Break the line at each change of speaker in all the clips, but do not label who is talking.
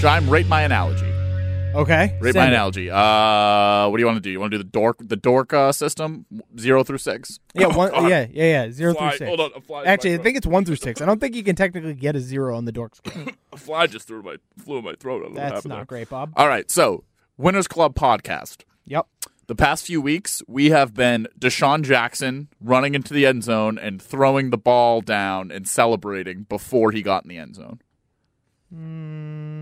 time. Rate my analogy.
Okay.
Rate my
Send it.
analogy. Uh, what do you want to do? You want to do the dork the dork uh, system zero through six?
Yeah, one, yeah, yeah, yeah. Zero
Fly-
through six.
hold on, a fly-
Actually, I
my-
think it's one through six. I don't think you can technically get a zero on the dork scale.
A fly just threw my flew in my throat. I don't know what
That's
happened
not
there.
great, Bob.
All right. So Winners Club podcast.
Yep.
The past few weeks, we have been Deshaun Jackson running into the end zone and throwing the ball down and celebrating before he got in the end zone.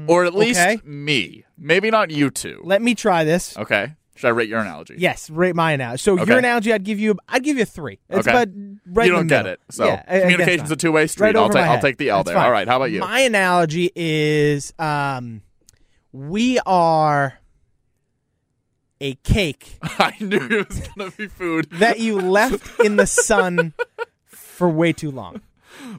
or at least
Mm, okay.
me. Maybe not you two.
Let me try this.
okay. Should I rate your analogy?
Yes, rate my analogy. So
Okay.
your analogy, I'd give you, I'd give you a three. It's
Okay.
about right.
you
in
don't
the
get
middle.
it. So
Yeah, I- I guess
communication's
not.
a two way street.
Right
I'll
over
take
my
I'll
head.
take the L
That's
there.
fine.
All right, how about you?
My analogy is um, we are a cake
I knew it was gonna be food.
that you left in the sun for way too long.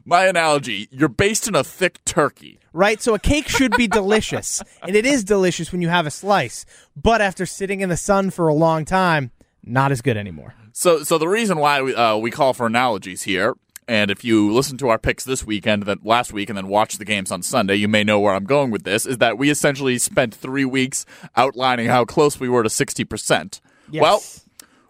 My analogy, you're based in a thick turkey.
Right? So a cake should be delicious, and it is delicious when you have a slice, but after sitting in the sun for a long time, not as good anymore.
So, so the reason why we, uh, we call for analogies here, and if you listen to our picks this weekend, that last week, and then watch the games on Sunday, you may know where I'm going with this. Is that we essentially spent three weeks outlining how close we were to 60 percent.
Yes.
Well,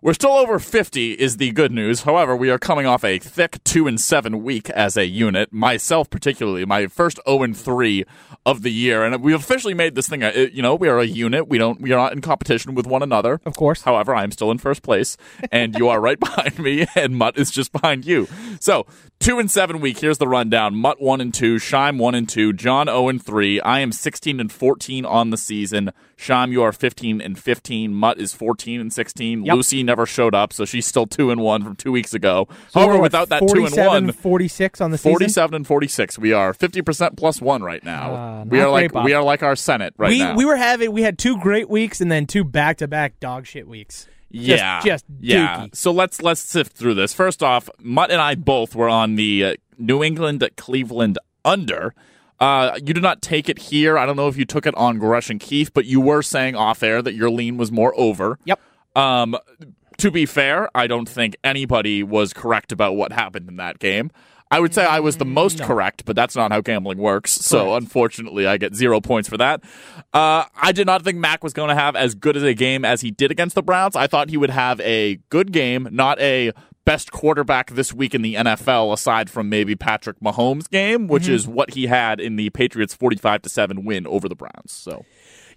we're still over 50 is the good news. However, we are coming off a thick 2 and 7 week as a unit, myself particularly, my first 0 and 3 of the year. And we've officially made this thing, a, you know, we are a unit. We don't we are not in competition with one another.
Of course.
However, I am still in first place and you are right behind me and Mutt is just behind you. So, 2 and 7 week, here's the rundown. Mutt 1 and 2, Shime 1 and 2, John 0 and 3. I am 16 and 14 on the season. Shime you are 15 and 15. Mutt is 14 and 16.
Yep.
Lucy never showed up, so she's still two and one from two weeks ago.
So
However,
we're, what,
without that two and
47,
one,
46 on the season?
forty-seven and forty-six, we are fifty percent plus one right now.
Uh,
we
not
are like
great, Bob.
we are like our Senate right
we
now.
we were having we had two great weeks and then two back to back dog shit weeks. Just-
yeah,
just
yeah.
dookie.
So let's let's sift through this. First off, Mutt and I both were on the uh, New England at Cleveland under. Uh, you did not take it here. I don't know if you took it on Grush and Keith, but you were saying off air that your lean was more over.
Yep.
Um, to be fair, I don't think anybody was correct about what happened in that game. I would say I was the most correct, but that's not how gambling works. So unfortunately, I get zero points for that. Uh, I did not think Mac was going to have as good as a game as he did against the Browns. I thought he would have a good game, not a best quarterback this week in the NFL aside from maybe Patrick Mahomes game, which is what he had in the Patriots 45 to 7 win over the Browns. So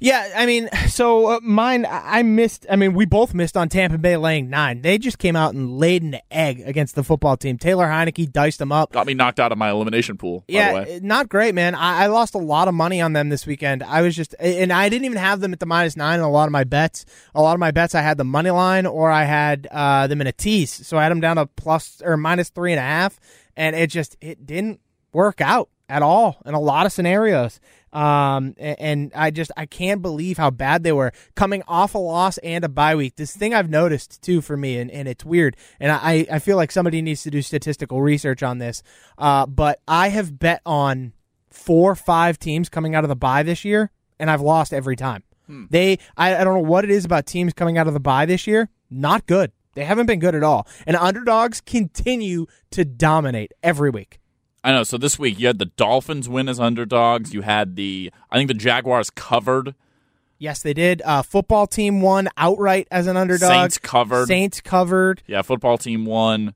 Yeah, I mean, so uh, mine I I missed. I mean, we both missed on Tampa Bay laying nine. They just came out and laid an egg against the football team. Taylor Heineke diced them up.
got me knocked out of my elimination pool by the
Yeah,
way.
uh, not great, man. I, I lost a lot of money on them this weekend. I was just, and I didn't even have them at the minus nine in a lot of my bets. A lot of my bets, I had the money line or I had uh, them in a tease. So I had them down to plus or minus three and a half, and it just it didn't work out at all in a lot of scenarios. Um, a- and I just I can't believe how bad they were coming off a loss and a bye week. This thing I've noticed too for me, and, and it's weird. And I I feel like somebody needs to do statistical research on this. Uh, but I have bet on four five teams coming out of the bye this year, and I've lost every time. They I, I don't know what it is about teams coming out of the bye this year. Not good. They haven't been good at all. And underdogs continue to dominate every week.
I know. So this week you had the Dolphins win as underdogs. You had the I think the Jaguars covered.
Yes, they did. Uh, football team won outright as an underdog.
Saints covered.
Saints covered.
Yeah, football team won.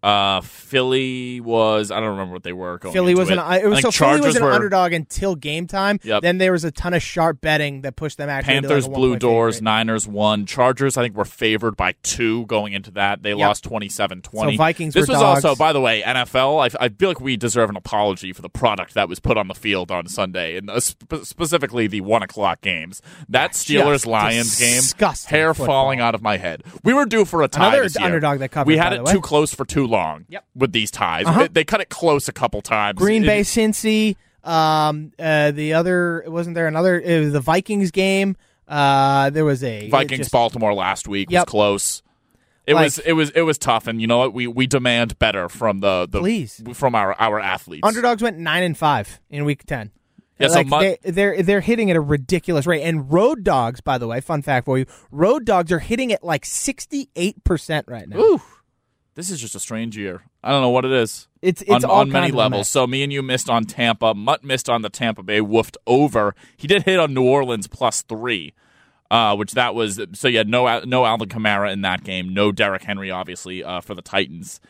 Uh, Philly was I don't remember what they were. Going
Philly
into
was an
I
it was, so
think
Philly was
Chargers
an
were-
underdog until game time.
Yep.
Then there was a ton of sharp betting that pushed them actually. into,
Panthers
like a
blew
one-point
doors.
favorite.
Niners won. Chargers I think were favored by two going into that. They lost 27-20.
So Vikings
This
were
was
dogs.
also by the way NFL. I, I feel like we deserve an apology for the product that was put on the field on Sunday, and uh, sp- specifically the one o'clock games. That Steelers Lions game,
disgusting
hair
football.
falling out of my head. We were due for a tie.
Another
this year.
underdog that covered,
We had
by
it
the way.
too close for too long.
Yep.
With these ties,
Uh-huh.
they, they cut it close a couple times.
Green
It-
Bay, Cincy. Um, uh, the other wasn't there another it was the Vikings game. Uh, there was a it
Vikings
just-
Baltimore last week
Yep.
was close. It
Like-
was it was it was tough, and you know what? We we demand better from the, the
Please.
from our our athletes.
Underdogs went nine and five in week ten.
Yeah, so
like
mon-
they, they're they're hitting at a ridiculous rate. And road dogs, by the way, fun fact for you: road dogs are hitting at like sixty eight percent right now.
Ooh. This is just a strange year. I don't know what it is.
It's
on,
it's all
on many
kinds of a
levels.
mess.
So me and you missed on Tampa. Mutt missed on the Tampa Bay. Woofed over. He did hit on New Orleans plus three, uh, which that was so you had no no Alvin Kamara in that game. No Derrick Henry, obviously, uh, for the Titans.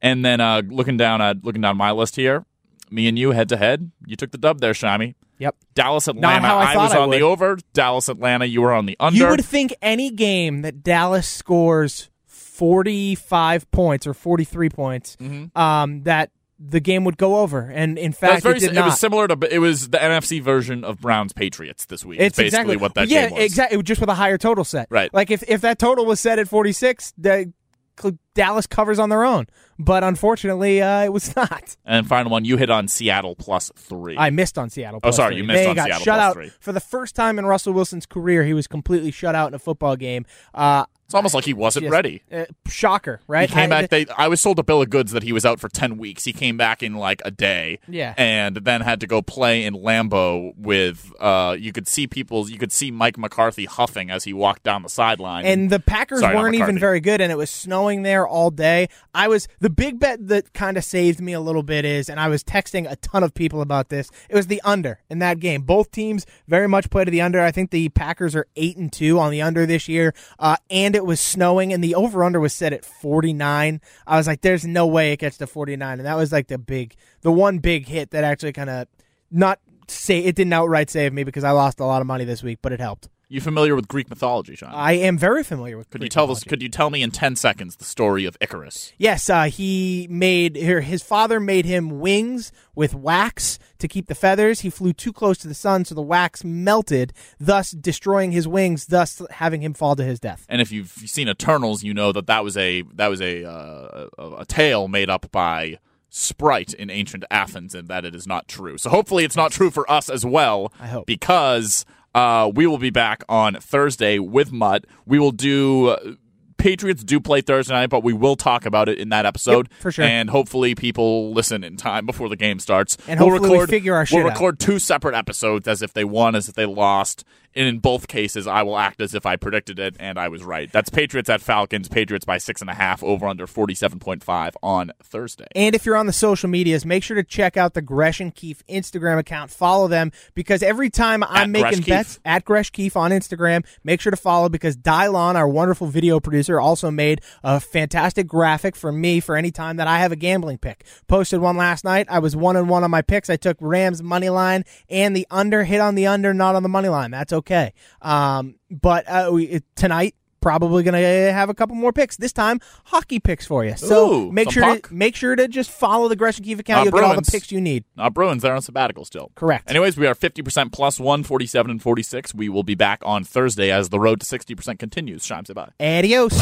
And then uh, looking down uh, looking down my list here, me and you head to head. You took the dub there, Shami.
Yep.
Dallas Atlanta.
how I thought
was
I
on the
would.
over. Dallas Atlanta. You were on the under.
You would think any game that Dallas scores 45 points or 43 points, um, that the game would go over. And in
Mm-hmm. That's
fact,
very
it
si-
did not.
was similar to it was the NFC version of Browns Patriots this week.
it's
basically
exactly
what that
yeah,
game was.
exactly. Just with a higher total set,
Right.
Like if, if that total was set at forty six, the Cl- Dallas covers on their own. But unfortunately, uh, it was not.
And final one, you hit on Seattle plus three.
I missed on Seattle. plus
Oh, sorry,
three.
you missed
they
on
got
Seattle
shut
plus
out
three.
for the first time in Russell Wilson's career. He was completely shut out in a football game. Uh,
it's almost like he wasn't
just-
ready.
uh, shocker,
He
right?
came
I-
back. They, I was sold a bill of goods that he was out for ten weeks. He came back in like a day,
Yeah.
and then had to go play in Lambeau with. Uh, you could see people. You could see Mike McCarthy huffing as he walked down the sideline.
and the Packers
Sorry, not
weren't even
McCarthy.
very good, and it was snowing there all day. I was the big bet that kind of saved me a little bit is, and I was texting a ton of people about this. It was the under in that game. Both teams very much play to the under. I think the Packers are eight and two on the under this year, uh, and it was snowing, and the over under was set at forty nine. I was like, "There's no way it gets to forty nine, and that was like the big, the one big hit that actually kind of not say it didn't outright save me because I lost a lot of money this week, but it helped.
you familiar with Greek mythology, Sean?
I am very familiar with.
could you
Greek
tell
mythology.
this? Could you tell me in ten seconds the story of Icarus?
Yes, uh, he made her, his father made him wings with wax to keep the feathers. He flew too close to the sun, so the wax melted, thus destroying his wings, thus having him fall to his death.
And if you've seen Eternals, you know that that was a that was a uh, a, a tale made up by Sprite in ancient Athens, and that it is not true. So hopefully, it's not true for us as well. I
hope.
because uh, we will be back on Thursday with Mutt. We will do. Uh, Patriots do play Thursday night, but we will talk about it in that episode
for sure.
And hopefully, people listen in time before the game starts.
And hopefully we figure our shit
We'll
out.
record two separate episodes, as if they won, as if they lost. And in both cases, I will act as if I predicted it and I was right. That's Patriots at Falcons. Patriots by six and a half, over under forty seven point five on Thursday.
And if you're on the social medias, make sure to check out the Gresh and Keefe Instagram account. Follow them because every time I'm
At Gresh
making
Keefe.
bets at Gresh Keefe on Instagram, make sure to follow because Dylon, our wonderful video producer, also made a fantastic graphic for me for any time that I have a gambling pick. Posted one last night. I was one and one on my picks. I took Rams money line and the under. Hit on the under, not on the money line. That's okay. Um, but uh, we, it- tonight. Probably gonna have a couple more picks this time, hockey picks for you. So
Ooh,
make
some
sure
puck?
to make sure to just follow the Gresham Keefe account.
Uh,
You'll get all
Bruins.
the picks you need.
Not Bruins, they're on sabbatical still.
Correct.
Anyways, we are 50% plus one, 47 and 46. We will be back on Thursday as the road to 60% continues. Shime, say bye.
Adios.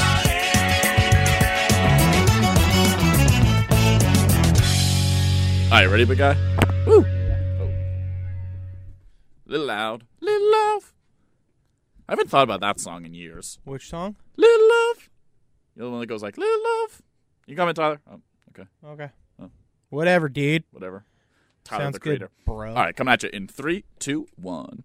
All right, ready, big guy?
Woo.
Little loud. Little love. I haven't thought about that song in years.
Which song?
Little love. You know the one that goes like, Little love. You coming, Tyler? Oh, okay.
Okay.
Oh.
Whatever, dude.
Whatever. Tyler
Sounds
the
good,
Creator.
bro.
All right, coming at you in three, two, one.